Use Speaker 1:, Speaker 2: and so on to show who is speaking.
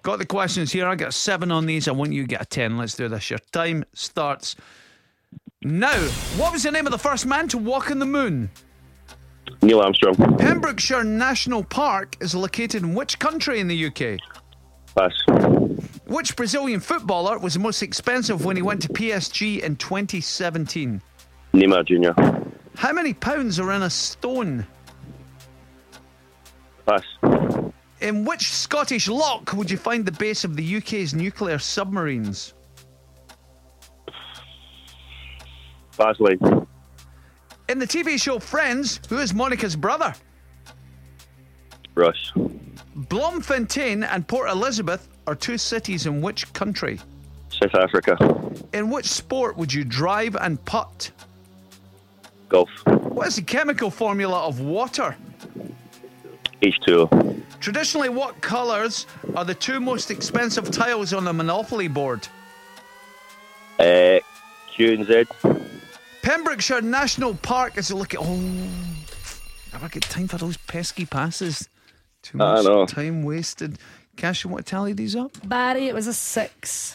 Speaker 1: Got the questions here. I got seven on these. I want you to get a 10. Let's do this. Your time starts now. What was the name of the first man to walk on the moon?
Speaker 2: Neil Armstrong.
Speaker 1: Pembrokeshire National Park is located in which country in the UK?
Speaker 2: Pass.
Speaker 1: Which Brazilian footballer was the most expensive when he went to PSG in 2017?
Speaker 2: Neymar Jr.
Speaker 1: How many pounds are in a stone?
Speaker 2: Pass.
Speaker 1: In which Scottish lock would you find the base of the UK's nuclear submarines?
Speaker 2: Pass line.
Speaker 1: In the TV show Friends, who is Monica's brother?
Speaker 2: Russ.
Speaker 1: Bloemfontein and Port Elizabeth are two cities in which country?
Speaker 2: South Africa.
Speaker 1: In which sport would you drive and putt?
Speaker 2: Golf.
Speaker 1: What is the chemical formula of water?
Speaker 2: H2O.
Speaker 1: Traditionally, what colours are the two most expensive tiles on a Monopoly board?
Speaker 2: Uh, Q and Z.
Speaker 1: Pembrokeshire National Park is a look at. Oh, never get time for those pesky passes. Too
Speaker 2: I
Speaker 1: much
Speaker 2: know.
Speaker 1: time wasted. Cash, you want to tally these up?
Speaker 3: Barry, it was a six.